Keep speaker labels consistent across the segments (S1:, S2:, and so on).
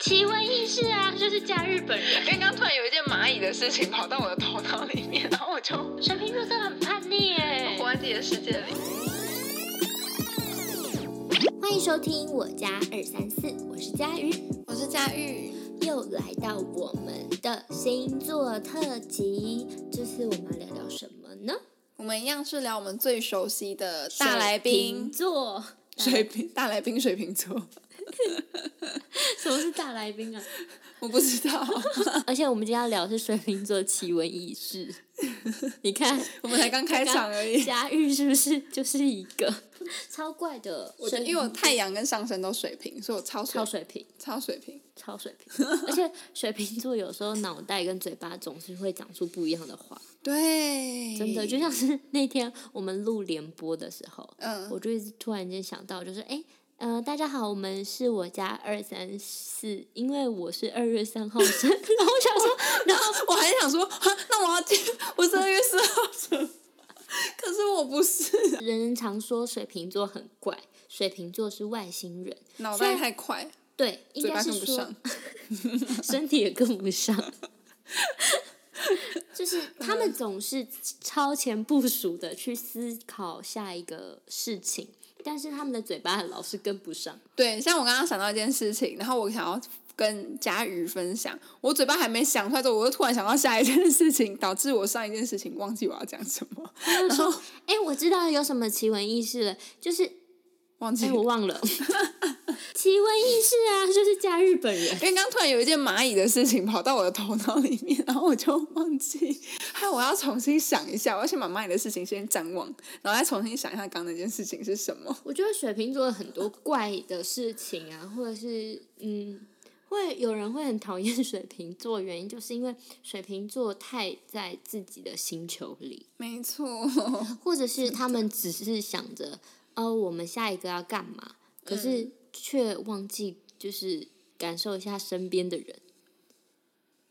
S1: 奇闻异事啊，就是嫁日本人。
S2: 刚刚突然有一件蚂蚁的事情跑到我的头脑里面，然后 我就
S1: 水瓶座真的很叛逆耶。
S2: 活在自己的世界里。
S3: 欢迎收听我家二三四，我是佳瑜，
S2: 我是佳玉，
S3: 又来到我们的星座特辑，这次我们要聊聊什么呢？
S2: 我们一样是聊我们最熟悉的大来宾，
S3: 座，
S2: 水瓶大来宾水瓶座，
S3: 什么是大来宾啊？
S2: 我不知道，
S3: 而且我们今天要聊的是水瓶座奇闻 异事，你看
S2: 我们才刚开场而已。
S3: 佳玉是不是就是一个 超怪的
S2: 我觉
S3: 水
S2: 得
S3: 瓶？
S2: 因为我太阳跟上升都水瓶，所以我超水
S3: 超水瓶。
S2: 超水瓶。
S3: 超水瓶，而且水瓶座有时候脑袋跟嘴巴总是会讲出不一样的话，
S2: 对，
S3: 真的就像是 那天我们录联播的时候，
S2: 嗯
S3: 我就一直突然间想到，就是哎。呃，大家好，我们是我家二三四，因为我是二月三号生，然后我想 说，然后
S2: 我还想说，啊那我要记，我是二月四号生，可是我不是，
S3: 人人常说水瓶座很怪，水瓶座是外星人，
S2: 脑袋太快，
S3: 对，应
S2: 嘴
S3: 该
S2: 巴
S3: 是
S2: 跟不
S3: 说
S2: 上。
S3: 身体也跟不上。
S2: 嗯
S3: 就是他们总是超前部署的去思考下一个事情，但是他们的嘴巴老是跟不上。
S2: 对，像我刚刚想到一件事情，然后我想要跟佳瑜分享，我嘴巴还没想出来之后，我又突然想到下一件事情，导致我上一件事情忘记我要讲什么，
S3: 他就说：“哎、我知道有什么奇闻异事了，就是
S2: 忘
S3: 哎、
S2: 记。
S3: 我忘了 奇闻异事啊，就是嫁日本人。”
S2: 因为刚刚突然有一件蚂蚁的事情跑到我的头脑里面，然后我就忘记，害我要重新想一下，我要先把蚂蚁的事情先暂忘，然后再重新想一下刚刚那件事情是什么。
S3: 我觉得水瓶座有很多怪的事情啊，或者是嗯，会有人会很讨厌水瓶座，原因就是因为水瓶座太在自己的星球里，
S2: 没错，
S3: 或者是他们只是想着，呃，我们下一个要干嘛，可是却忘记就是感受一下身边的人。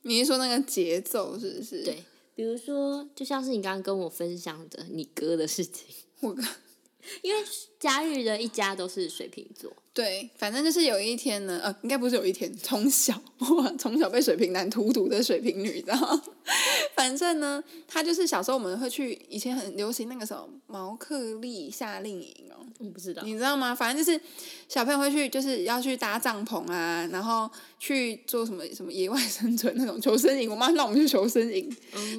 S2: 你是说那个节奏是不是？
S3: 对，比如说，就像是你刚刚跟我分享的你哥的事情，
S2: 我刚
S3: 因为佳玉的一家都是水瓶座，
S2: 对，反正就是有一天呢，呃，应该不是有一天，从小 我从小被水瓶男荼毒的水瓶女，你知道吗？ 反正呢，她就是小时候我们会去，以前很流行那个什么毛克利夏令营哦，
S3: 我不知道。
S2: 你知道吗？反正就是小朋友会去，就是要去搭帐篷啊，然后去做什么什么野外生存那种求生营。我妈让我们去求生营，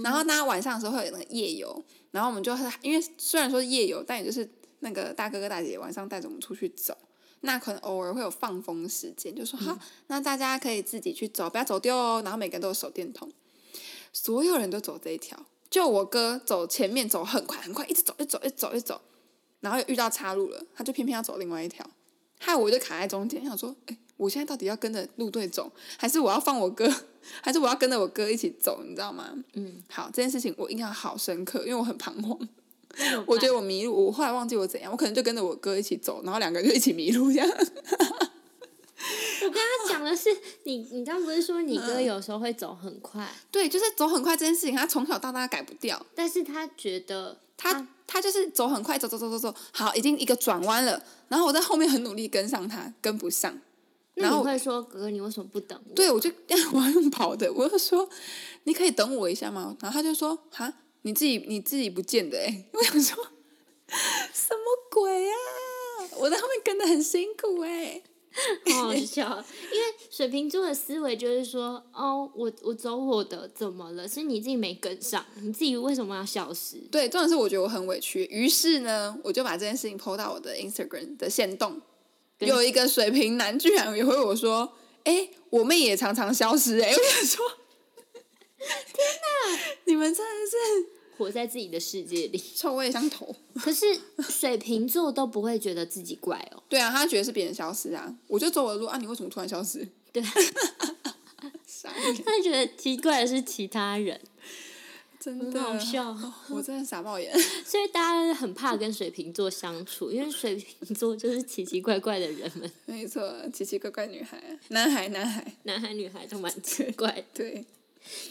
S2: 然后大家晚上的时候会有那个夜游，然后我们就是因为虽然说夜游，但也就是那个大哥哥大姐姐晚上带着我们出去走。那可能偶尔会有放风时间，就说好，那大家可以自己去走，不要走丢哦。然后每个人都有手电筒，所有人都走这一条，就我哥走前面走很快很快，一直走一直走一直走一直走，然后又遇到岔路了，他就偏偏要走另外一条，害我就卡在中间，想说，哎、我现在到底要跟着路队走，还是我要放我哥， 还是我要跟着我哥一起走，你知道吗？
S3: 嗯，
S2: 好，这件事情我印象好深刻，因为我很彷 徨，
S3: 那怎么
S2: 我觉
S3: 办
S2: 得我迷路，我后来忘记我怎样，我可能就跟着我哥一起走，然后两个人就一起迷路这样。
S3: 我跟他讲的是，你你刚不是说你
S2: 嗯
S3: 哥有时候会走很快，
S2: 对，就是走很快这件事情，他从小到大改不掉。
S3: 但是他觉得啊
S2: 他他就是走很快，走走走走走，好，已经一个转弯了，然后我在后面很努力跟上他，跟不上，
S3: 那
S2: 然
S3: 你
S2: 后
S3: 会说哥哥你为什么不等我？
S2: 对我就 我要用跑的，我就说你可以等我一下吗？然后他就说哈，你自己你自己不见的哎、欸， 我想说什么鬼啊？我在后面跟的很辛苦哎、
S3: 好好笑，啊因为水瓶座的思维就是说，哦，我我走我的，怎么了？是你自己没跟上，你自己为什么要消失？
S2: 对，重点是我觉得我很委屈，于是呢，我就把这件事情 PO 到我的 Instagram 的线动，
S3: 跟
S2: 有一个水瓶男居然也回我说：“哎、我妹也常常消失、 哎，我想说，天哪，你们真的是
S3: 活在自己的世界里。
S2: 臭味相投。
S3: 可是水瓶座都不会觉得自己怪哦，
S2: 对啊，他觉得是别人消失啊，我就走我的路啊，你为什么突然消失？
S3: 对，
S2: 傻眼，
S3: 他觉得奇怪的是其他人，
S2: 真
S3: 很
S2: 的哦
S3: 好笑。
S2: 我真的傻爆眼。
S3: 所以大家很怕跟水瓶座相处，因为水瓶座就是奇奇怪怪的人们，
S2: 没错，奇奇怪怪女孩，男孩，男孩，
S3: 男孩女孩都蛮奇怪的。
S2: 对，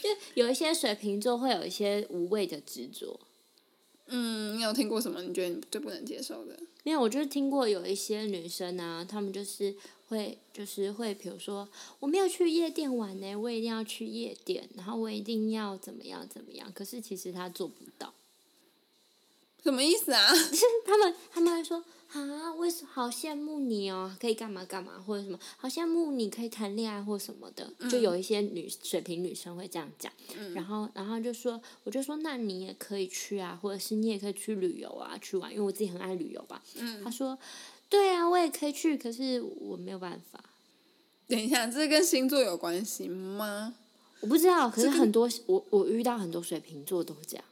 S3: 就有一些水瓶座会有一些无谓的执着。
S2: 嗯，你有听过什么？你觉得你最不能接受的？
S3: 没有，我就是听过有一些女生啊，她们就是会就是会，比如说我没有去夜店玩呢、我一定要去夜店，然后我一定要怎么样怎么样。可是其实他做不到，
S2: 什么意思啊？
S3: 他们他们还说啊，为什好羡慕你哦，可以干嘛干嘛或者什么，好羡慕你可以谈恋爱或什么的，就有一些女水瓶女生会这样讲，然后然后就说，我就说那你也可以去啊，或者是你也可以去旅游啊，去玩，因为我自己很爱旅游吧。他说，对啊，我也可以去，可是我没有办法。
S2: 等一下，这跟星座有关系吗？
S3: 我不知道，可是很多我我遇到很多水瓶座都是这样，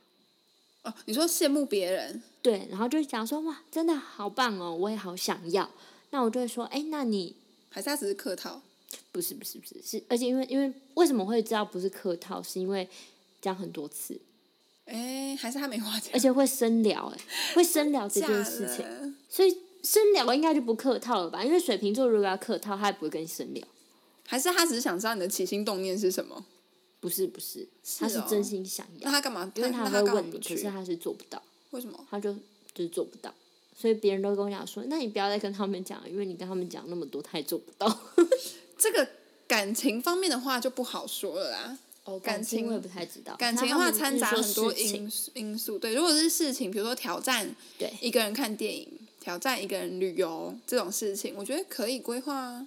S2: 哦，你说羡慕别人，
S3: 对，然后就讲说哇，真的好棒哦，我也好想要。那我就会说，哎，那你
S2: 还是他只是客套？
S3: 不是不是不是是，而且因为因为为什么会知道不是客套，是因为讲很多次，
S2: 哎，还是他没花钱？
S3: 而且会深聊、哎，会深聊这
S2: 假
S3: 件事情，
S2: 的
S3: 所以深聊应该就不客套了吧？因为水瓶座如果要客套，他也不会跟你深聊。
S2: 还是他只是想知道你的起心动念是什么？
S3: 不是不是，他
S2: 是
S3: 是
S2: 哦
S3: 真心想
S2: 那
S3: 要，
S2: 他干嘛？
S3: 因为
S2: 他那
S3: 他会
S2: 他干嘛
S3: 问你，
S2: 不
S3: 可
S2: 去
S3: 是？他是做不到。
S2: 为什么？
S3: 他就就是做不到，所以别人都跟我讲说，那你不要再跟他们讲了，因为你跟他们讲那么多，他也做不到。
S2: 这个感情方面的话就不好说了啦。
S3: 哦，
S2: 感情
S3: 我也不太知道，
S2: 感
S3: 但
S2: 情的
S3: 哦他
S2: 话
S3: 们
S2: 掺
S3: 是
S2: 杂
S3: 说
S2: 很多
S3: 事情
S2: 因素因素，对，如果是事情，比如说挑战
S3: 对
S2: 一个人看电影、挑战一个人旅游这种事情，我觉得可以规划啊。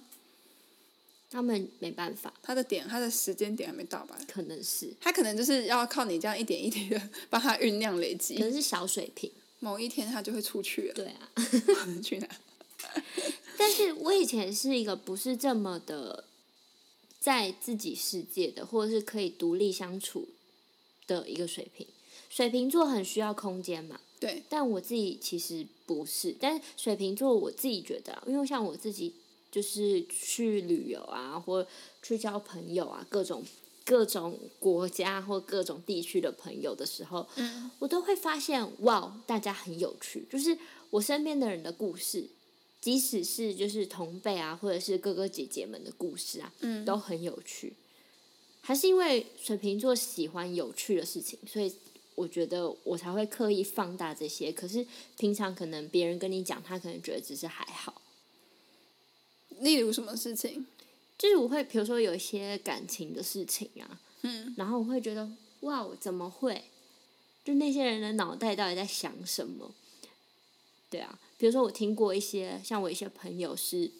S3: 他们没办法，
S2: 他的点，他的时间点还没到吧？
S3: 可能是，
S2: 他可能就是要靠你这样一点一点 的帮他酝酿累
S3: 可
S2: 积，
S3: 能是小水平，
S2: 某一天他就会出去了。
S3: 对啊。
S2: 去哪？
S3: 但是我以前是一个不是这么的在自己世界的，或者是可以独立相处的一个水平。水瓶座很需要空间嘛，
S2: 对，
S3: 但我自己其实不是，但是水瓶座我自己觉得啊，因为像我自己就是去旅游啊，或去交朋友啊，各种各种国家或各种地区的朋友的时候，
S2: 嗯，
S3: 我都会发现哇，大家很有趣，就是我身边的人的故事。即使是就是同辈啊，或者是哥哥姐姐们的故事啊，
S2: 嗯
S3: 都很有趣。还是因为水瓶座喜欢有趣的事情，所以我觉得我才会刻意放大这些。可是平常可能别人跟你讲，他可能觉得只是还好。
S2: 例如什么事情？
S3: 就是我会，比如说有一些感情的事情啊，
S2: 嗯，
S3: 然后我会觉得哇，我怎么会？就那些人的脑袋到底在想什么？对啊，比如说我听过一些，像我一些朋友是，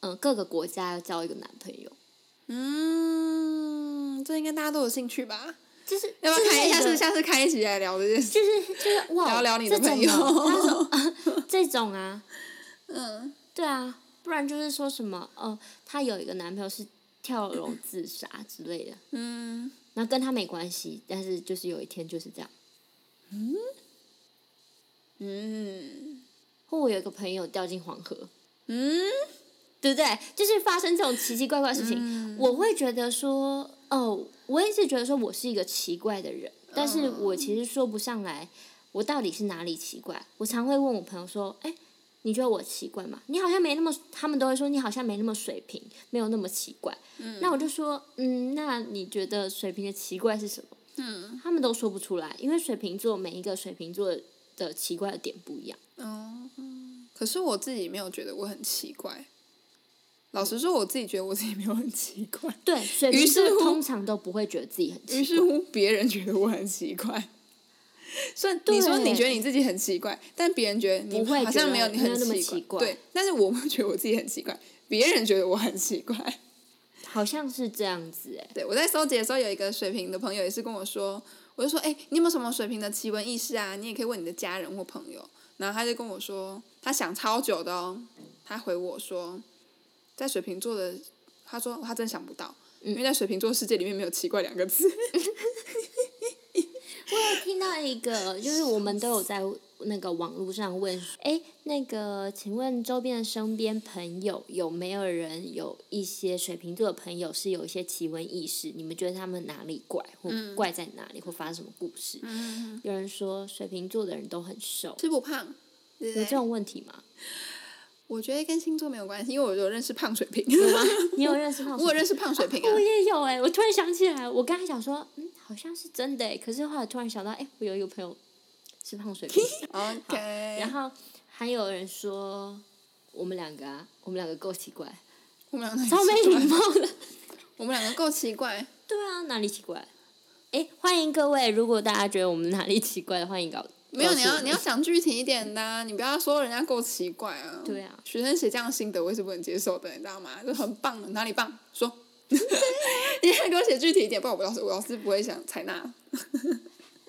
S3: 嗯、各个国家要交一个男朋友，
S2: 嗯，这应该大家都有兴趣吧？
S3: 就是
S2: 要不要
S3: 这
S2: 开一下
S3: 个
S2: 次？下次开一集来聊这件事？
S3: 就是就是
S2: 聊
S3: 哇，
S2: 聊你的
S3: 这种
S2: 朋友
S3: 他 说、这种啊，
S2: 嗯，
S3: 对啊，不然就是说什么哦，她有一个男朋友是跳楼自杀之类的，
S2: 嗯，
S3: 那跟她没关系，但是就是有一天就是这样。
S2: 嗯，
S3: 或我有一个朋友掉进黄河，
S2: 嗯，
S3: 对不对？就是发生这种奇奇怪怪的事情，
S2: 嗯
S3: 我会觉得说，哦，我一直觉得说我是一个奇怪的人，但是
S2: 嗯
S3: 我其实说不上来，我到底是哪里奇怪。我常会问我朋友说，哎，你觉得我奇怪吗？你好像没那么，他们都会说你好像没那么水平，没有那么奇怪。那我就说，嗯，那你觉得水瓶的奇怪是什么？
S2: 嗯，
S3: 他们都说不出来，因为水瓶座每一个水瓶座的奇怪的点不一样。
S2: 哦，可是我自己没有觉得我很奇怪。老实说，我自己觉得我自己没有很奇怪，
S3: 对，水
S2: 于
S3: 瓶
S2: 是
S3: 座
S2: 乎
S3: 通常都不会觉得自己很
S2: 于
S3: 奇
S2: 是
S3: 怪。
S2: 乎别人觉得我很奇怪。虽然你说
S3: 对
S2: 你觉得你自己很奇怪，但别人觉得你
S3: 不会
S2: 好像没有你
S3: 觉得
S2: 很
S3: 没有那么
S2: 奇
S3: 奇怪
S2: 对，但是我不觉得我自己很奇怪，别人觉得我很奇怪。
S3: 好像是这样子哎、
S2: 对，我在收集的时候，有一个水瓶的朋友也是跟我说，我就说，哎、你有没有什么水瓶的奇闻异事啊？你也可以问你的家人或朋友。然后他就跟我说，他想超久的哦，他回我说，在水瓶座的，他说他真想不到，因为在水瓶座世界里面没有奇怪两个字。
S3: 我有听到一个，就是我们都有在那个网络上问，哎、那个，请问周边的身边朋友有没有人有一些水瓶座的朋友是有一些奇闻异事？你们觉得他们哪里怪，或
S2: 嗯
S3: 怪在哪里，或发生什么故事？有人说水瓶座的人都很瘦，
S2: 吃不胖，对
S3: 有
S2: 不
S3: 这
S2: 对？
S3: 种问题吗？
S2: 我觉得跟星座没有关系，因为我有认识胖水瓶，
S3: 有吗？你有认识吗？
S2: 我有认识胖水瓶啊
S3: 我。也有哎、我突然想起来，我刚才想说，嗯，好像是真的哎、可是后来突然想到，哎、我有一个朋友是胖水瓶，
S2: OK，
S3: 然后还有人说，我们两个啊，我们两个够奇 怪，
S2: 我们两个
S3: 超没
S2: 很奇怪
S3: 礼貌的。
S2: 我们两个够奇怪。
S3: 对啊，哪里奇怪？哎，欢迎各位，如果大家觉得我们哪里奇怪的，欢迎搞。
S2: 没有，
S3: 告诉
S2: 你要
S3: 我
S2: 你要讲具体一点的、啊，你不要说人家够奇怪啊。
S3: 对啊
S2: 学生写这样的心得我也是不能接受的，你知道吗？就很棒的，哪里棒？说， 你还给我写具体一点，不然我老师我老师不会想采纳。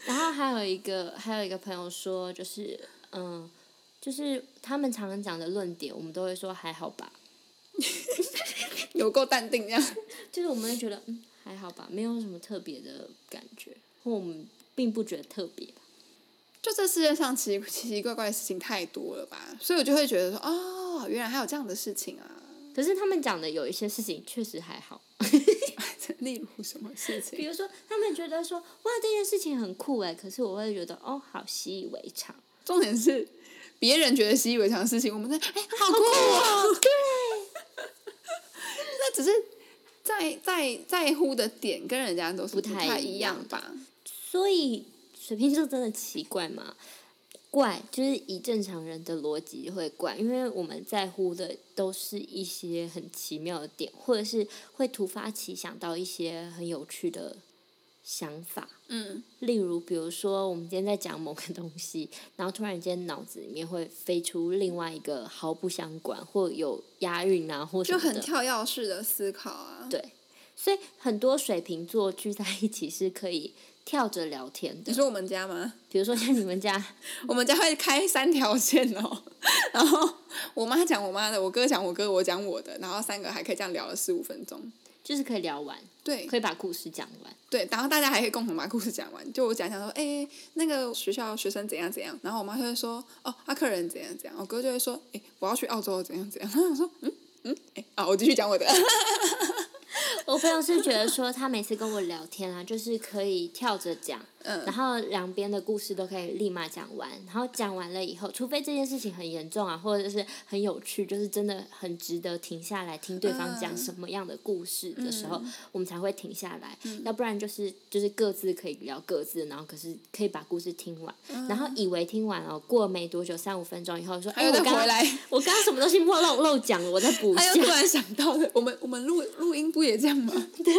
S3: 然后还有一个还有一个朋友说，就是嗯，就是他们常常讲的论点，我们都会说还好吧，
S2: 有够淡定这样，
S3: 就是我们会觉得嗯还好吧，没有什么特别的感觉，或我们并不觉得特别吧。
S2: 就这世界上奇奇奇怪怪的事情太多了吧，所以我就会觉得说，哦，原来还有这样的事情啊，
S3: 可是他们讲的有一些事情确实还好，
S2: 例如什么事
S3: 比
S2: 情？
S3: 如说他们觉得说哇这件事情很酷哎，可是我会觉得哦好习以为常。
S2: 重点是别人觉得习以为常的事情，我们在哎、好酷哦， 对，那只是在在在乎的点跟人家都是
S3: 不太
S2: 太
S3: 一
S2: 一
S3: 样
S2: 样吧？
S3: 所以水瓶座真的奇怪吗？怪，就是以正常人的逻辑会怪，因为我们在乎的都是一些很奇妙的点，或者是会突发奇想到一些很有趣的想法。
S2: 嗯，
S3: 例如，比如说我们今天在讲某个东西，然后突然间脑子里面会飞出另外一个毫不相关或有押韵啊，或什
S2: 就
S3: 么的。
S2: 很跳跃式的思考啊。
S3: 对，所以很多水瓶座聚在一起是可以跳着聊天的
S2: 你。说我们家吗？
S3: 比如说像你们家，
S2: 我们家会开三条线哦， 然后我妈讲我妈的，我哥讲我哥，我讲我的，然后三个还可以这样聊了十五分钟。
S3: 就是可以聊完，
S2: 对
S3: 可以把故事讲完。
S2: 对，然后大家还可以共同把故事讲完。就我讲讲说，哎、那个学校学生怎样怎样，然后我妈就会说，哦，他、客人怎样怎样，我哥就会说，哎、我要去澳洲怎样怎样。 然后我说，嗯嗯，哎、啊，我继续讲我的。
S3: 我朋友是觉得说，他每次跟我聊天啊，就是可以跳着讲，然
S2: 嗯，
S3: 后两边的故事都可以立马讲完。然后讲完了以后，除非这件事情很严重啊，或者是很有趣，就是真的很值得停下来听对方讲
S2: 嗯
S3: 什么样的故事的时候，我们才会停下来。
S2: 嗯
S3: 要不然就是就是各自可以聊各自，然后可是可以把故事听完，然后以为听完了，过了没多久，三五分钟以后说，
S2: 嗯他
S3: 哎，
S2: 又
S3: 我
S2: 再
S3: 刚
S2: 回来
S3: 刚，我刚刚什么东西漏漏漏讲了，我再补一
S2: 他
S3: 下
S2: 又。哎突然想到的，我们我们录录音不也这样吗？ 对，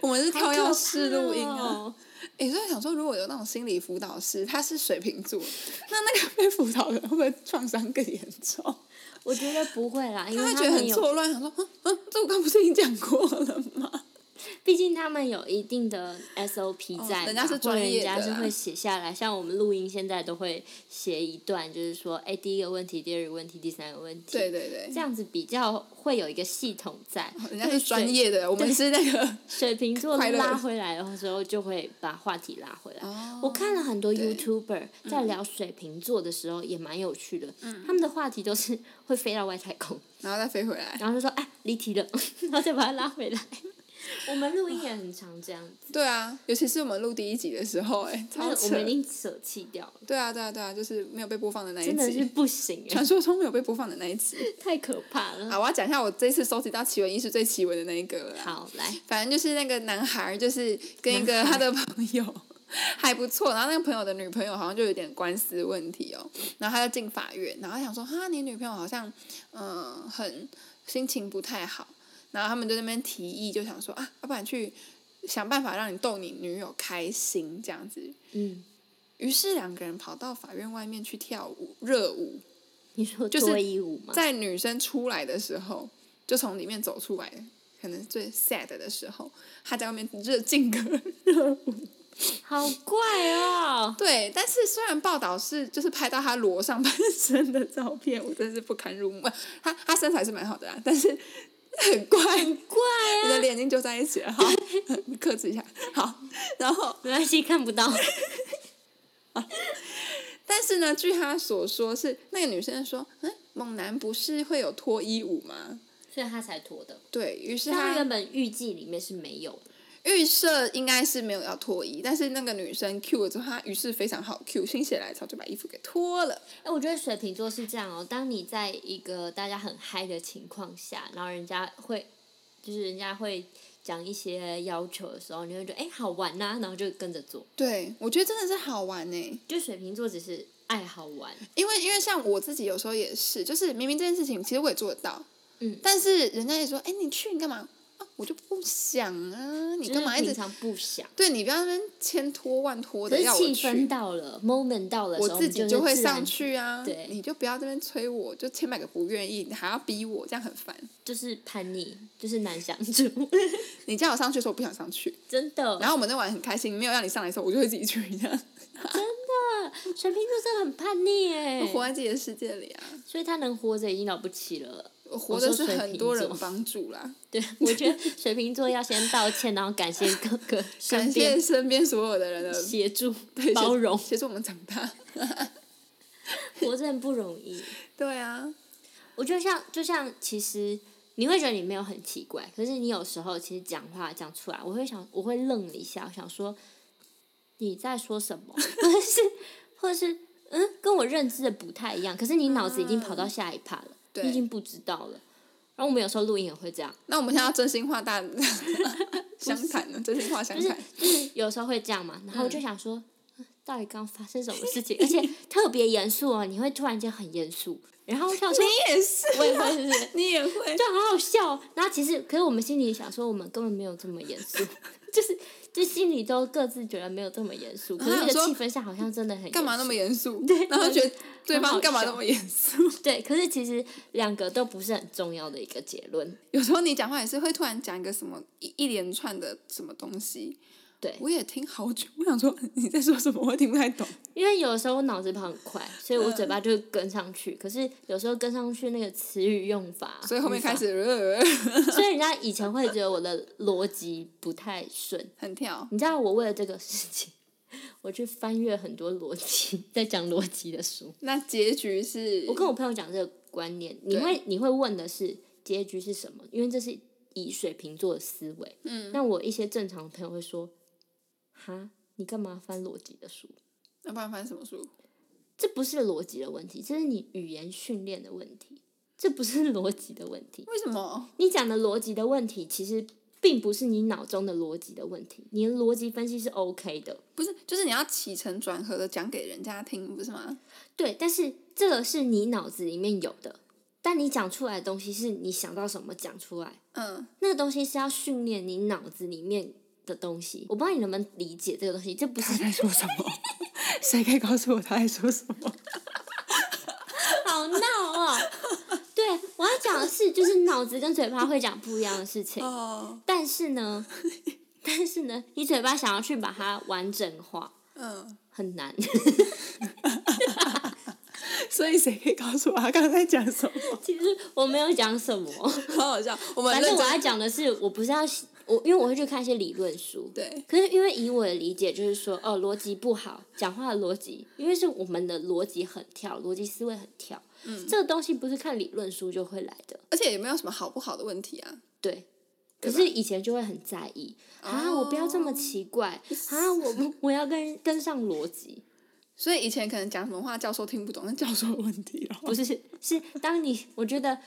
S2: 我们是
S3: 好
S2: 跳
S3: 可
S2: 跃式
S3: 怕
S2: 录音啊。
S3: 哦
S2: 诶，所以想说，如果有那种心理辅导师，他是水瓶座，那那个被辅导的会不会创伤更严重？
S3: 我觉得不会啦，因
S2: 他
S3: 为
S2: 会
S3: 他
S2: 觉得
S3: 们
S2: 很
S3: 有，
S2: 错乱，想说，嗯嗯，这我刚不是已经讲过了吗？
S3: 毕竟他们有一定的 SOP
S2: 哦
S3: 在嘛、
S2: 人家是
S3: 或者
S2: 专业
S3: 人家
S2: 的
S3: 是
S2: 啊
S3: 会写下来。像我们录音现在都会写一段，就是说，哎，第一个问题，第二个问题，第三个问题，
S2: 对对对
S3: 这，样子比较会有一个系统在。
S2: 人家
S3: 对
S2: 是专。业的，我们是那个，
S3: 水水瓶座
S2: 快乐
S3: 拉回来的时候，就会把话题拉回来。
S2: 哦
S3: 我看了很多
S2: 对嗯
S3: YouTuber 在聊水瓶座的时候，也蛮有趣的。他们的话题都是会飞到外太空。
S2: 然后再飞回来。
S3: 然后就说哎离题了，然后再把它拉回来。 我们录音也很常这样子，
S2: 对啊，尤其是我们录第一集的时候、哎，
S3: 但
S2: 超
S3: 是我
S2: 扯。
S3: 们已经舍弃掉了，
S2: 对啊，对啊，对啊，就是没有被播放的那一
S3: 真的是
S2: 集，
S3: 不 行哎
S2: 传，说中没有被播放的那一集。
S3: 太可怕了。
S2: 啊，我要讲一下我这次收集到奇闻异事最奇闻的那一个了啦。
S3: 好，来，
S2: 反正就是那个男孩儿，就是跟一个
S3: 男孩
S2: 他的朋友 还不错，然后那个朋友的女朋友好像就有点官司问题哦，然后他就进法院，然后他想说哈，你女朋友好像嗯、呃很心情不太好，然后他们就在那边提议，就想说啊，要不然去想办法让你逗你女友开心这样子。
S3: 嗯，
S2: 于是两个人跑到法院外面去跳舞热舞，
S3: 你说
S2: 就是
S3: 脱衣舞吗？
S2: 在女生出来的时候，就从里面走出来，可能最 sad 的时候，他在外面热劲歌热舞。
S3: 好怪哦，
S2: 对，但是虽然报道是就是拍到他裸上半身的照片，我真是不堪入目。他他身材是蛮好的啊，但是很怪，
S3: 怪
S2: 你
S3: 啊，
S2: 的脸已经揪在一起了。好， 你克制一下。好，然后
S3: 没关系，看不到。
S2: 但是呢，据他所说是那个女生说，嗯，猛男不是会有脱衣舞吗？
S3: 所以他才脱的，
S2: 对于是
S3: 但
S2: 他
S3: 他原本预计里面是没有的。
S2: 预设应该是没有要脱衣，但是那个女生 Q 了之后，她于是非常好 Q，心血来潮就把衣服给脱了。
S3: 哎，我觉得水瓶座是这样哦，当你在一个大家很嗨的情况下，然后人家会，就是人家会讲一些要求的时候，你会觉得哎好玩呐、然后就跟着做。
S2: 对，我觉得真的是好玩呢、欸
S3: 就水瓶座只是爱好玩，
S2: 因为因为像我自己有时候也是，就是明明这件事情其实我也做得到，
S3: 嗯
S2: 但是人家也说，哎，你去你干嘛啊？我就不想啊，你干嘛
S3: 就是
S2: 一直？
S3: 平常不想？
S2: 对你不要在那边千拖万拖
S3: 可
S2: 的
S3: 是
S2: 要我
S3: 气氛
S2: 去，
S3: 到了，moment 到了的
S2: 我
S3: 时候，
S2: 自己
S3: 你
S2: 就
S3: 就
S2: 会
S3: 自然
S2: 上，去啊。
S3: 对
S2: 你就不要这边催我，就千百个不愿意，你还要逼我，这样很烦。
S3: 就是叛逆，就是难相处，
S2: 你叫我上去的时候，我不想上去。
S3: 真的。
S2: 然后我们那晚很开心，没有让你上来的时候，我就会自己去这 样，
S3: 水瓶座真的很叛逆哎
S2: 我，活在自己的世界里啊。
S3: 所以他能活着已经了不起了。
S2: 我活
S3: 我
S2: 的
S3: 说
S2: 是
S3: 水
S2: 很
S3: 瓶
S2: 多人
S3: 座
S2: 帮助 啦，
S3: 对，我觉得水瓶座要先道歉，然后感谢各个
S2: 感
S3: 身
S2: 谢
S3: 边
S2: 身边所有的人的
S3: 协助
S2: 对、
S3: 包容，
S2: 协助我们长大。
S3: 活着很不容易。
S2: 对啊，
S3: 我就像就像其实你会觉得你没有很奇怪，可是你有时候其实讲话讲出来，我会想我会愣了一下，我想说你在说什么， 或者是或者是嗯跟我认知的不太一样，可是你脑子已经跑到下一趴了，
S2: 对
S3: 你已经不知道了。然后我们有时候录音也会这样，
S2: 那我们现在要真心话大 相谈呢，真心话相
S3: 就是
S2: 谈。
S3: 就是有时候会这样嘛，然后我就想说，嗯到底刚发生什么事情？而且特别严肃哦，你会突然间很严肃，然后我 想说，
S2: 你也是，
S3: 我也会是不是？
S2: 你也会
S3: 就好好笑哦。然后其实，可是我们心里想说，我们根本没有这么严肃， 就是就心里都各自觉得没有这么严肃，可是
S2: 然后
S3: 那个
S2: 想说
S3: 气氛下好像真的很严
S2: 干嘛那么
S3: 肃
S2: 严肃？
S3: 对
S2: 然后觉得对
S3: 很
S2: 方
S3: 好
S2: 干嘛那
S3: 笑
S2: 么严肃？
S3: 对？可是其实两个都不是很重要的一个结论，
S2: 有时候你讲话也是会突然讲一个什么一一连串的什么东西，
S3: 对，
S2: 我也听好久。我想说 你在说什么，我也听不太懂。
S3: 因为有时候我脑子跑很快，所以我嘴
S2: 嗯
S3: 巴就会跟上去，可是有时候跟上去那个词语用法，
S2: 所以后面
S3: 语法
S2: 开，始呃
S3: 所以人家以前会觉得我的逻辑不太顺，
S2: 很跳。
S3: 你知道我为了这个事情。 我去翻阅很多逻辑 在讲逻辑的书，
S2: 那结局是
S3: 我跟我朋友讲这个观念，你
S2: 对
S3: 会你会问的是结局是什么？因为这是以水瓶座的思维。
S2: 嗯，
S3: 那我一些正常的朋友会说：“哈，你干嘛翻逻辑的书？
S2: 那不然翻什么书？
S3: 这不是逻辑的问题，这是你语言训练的问题，这不是逻辑的问题。
S2: 为什么？
S3: 你讲的逻辑的问题，其实并不是你脑中的逻辑的问题，你的逻辑分析是 OK 的，
S2: 不是，就是你要起承转合的讲给人家听，不是吗？
S3: 对，但是这个是你脑子里面有的，但你讲出来的东西是你想到什么讲出来。”
S2: 嗯，
S3: 那个东西是要训练你脑子里面的东西。我不知道你能不能理解这个东西，这不是
S2: 在说什么？谁可以告诉我他在说什么？
S3: 好闹哦。对，我要讲的是，就是脑子跟嘴巴会讲不一样的事情，
S2: 哦，
S3: 但是呢，但是呢，你嘴巴想要去把它完整化
S2: 嗯，
S3: 很难。
S2: 所以谁可以告诉我他刚才讲什 么？
S3: 其实我没有讲什么，
S2: 好好笑，我们
S3: 反
S2: 认
S3: 正我
S2: 真
S3: 要讲的是，我不是要我，因为我会去看一些理论书，
S2: 对，
S3: 可是因为以我的理解，就是说，哦，逻辑不好，讲话的逻辑，因为是我们的逻辑很跳，逻辑思维很跳，嗯，这个东西不是看理论书就会来的，
S2: 而且也没有什么好不好的问题啊。
S3: 对。
S2: 对
S3: 可
S2: 吧哦
S3: 是以前就会很在意啊，我不要这么奇怪啊，我不我要跟跟上逻辑，
S2: 所以以前可能讲什么话教授听不懂，那教授的问题哦了。
S3: 不是是当你我觉得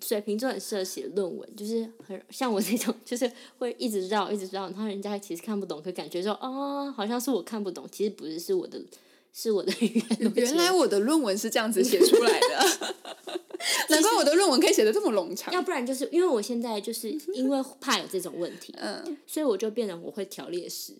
S3: 水瓶座很适合写论文，就是很像我这种，就是会一直绕一直绕，然后人家其实看不懂，可感觉说哦，好像是我看不懂，其实不是，是我的是我的语言逻辑
S2: 原来我的论文是这样子写出来的， 难怪我的论文可以写的这么冗
S3: 要
S2: 长。
S3: 不然就是因为我现在就是因为怕有这种问题，
S2: 嗯，
S3: 所以我就变成我会条列式。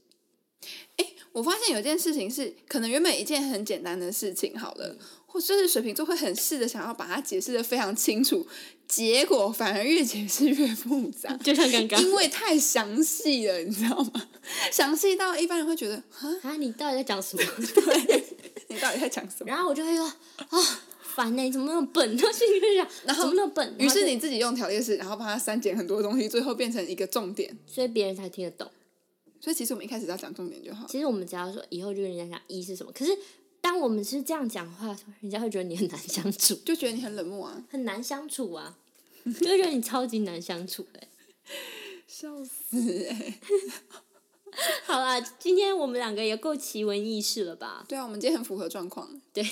S2: 我发现有件事情是，可能原本一件很简单的事情，好了，或就是水瓶座会很试着想要把它解释的非常清楚，结果反而越解释越复杂，
S3: 就像刚刚
S2: 因为太详细了，你知道吗？ 详细到一般人会觉得， 啊，
S3: 啊，你到底在讲什么？
S2: 你到底在讲什么？
S3: 然后我就会说啊，烦呢、你怎么那么笨？ 然后心里就想，
S2: 然后
S3: 怎么那么笨？
S2: 于是
S3: 然后
S2: 你自己用条列式，然后把它删减很多东西，最后变成一个重点。
S3: 就，所以别人才听得懂。
S2: 所以其实我们一开始只要讲重点就好。
S3: 其实我们只要说以后就跟人家讲一是什么，可是当我们是这样讲话的时候，人家会觉得你很难相处，
S2: 就觉得你很冷漠啊，
S3: 很难相处啊，就会觉得你超级难相处哎、
S2: 笑死、欸！
S3: 好啦，今天我们两个也够奇闻异事了吧？
S2: 对啊，我们今天很符合状况。
S3: 对，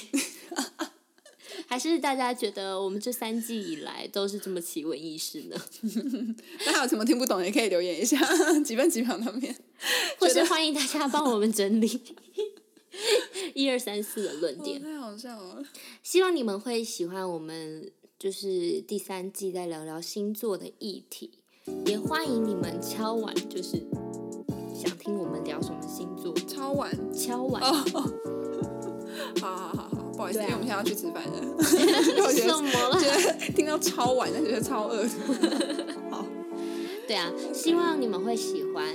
S3: 还是大家觉得我们这三季以来都是这么奇闻异事呢？
S2: 那还有什么听不懂也可以留言一下， 几分几秒那边。
S3: 或是欢迎大家帮我们整理，一二三四的论
S2: 哦
S3: 点。
S2: 太好笑了。
S3: 希望你们会喜欢我们就是第三季在聊聊星座的议题，也欢迎你们敲碗，就是想听我们聊什么星座，
S2: 超晚
S3: 敲碗。
S2: 哦，好好好好，不好意思，
S3: 对
S2: 因
S3: 啊
S2: 为我们现在要去吃饭 了，因为我觉
S3: 什
S2: 得
S3: 么
S2: 觉
S3: 了？
S2: 得听到超晚，但觉得超饿的。好，
S3: 对啊，希望你们会喜欢。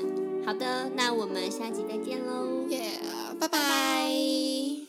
S3: 好的，那我们下集再见喽。
S2: 耶，拜拜。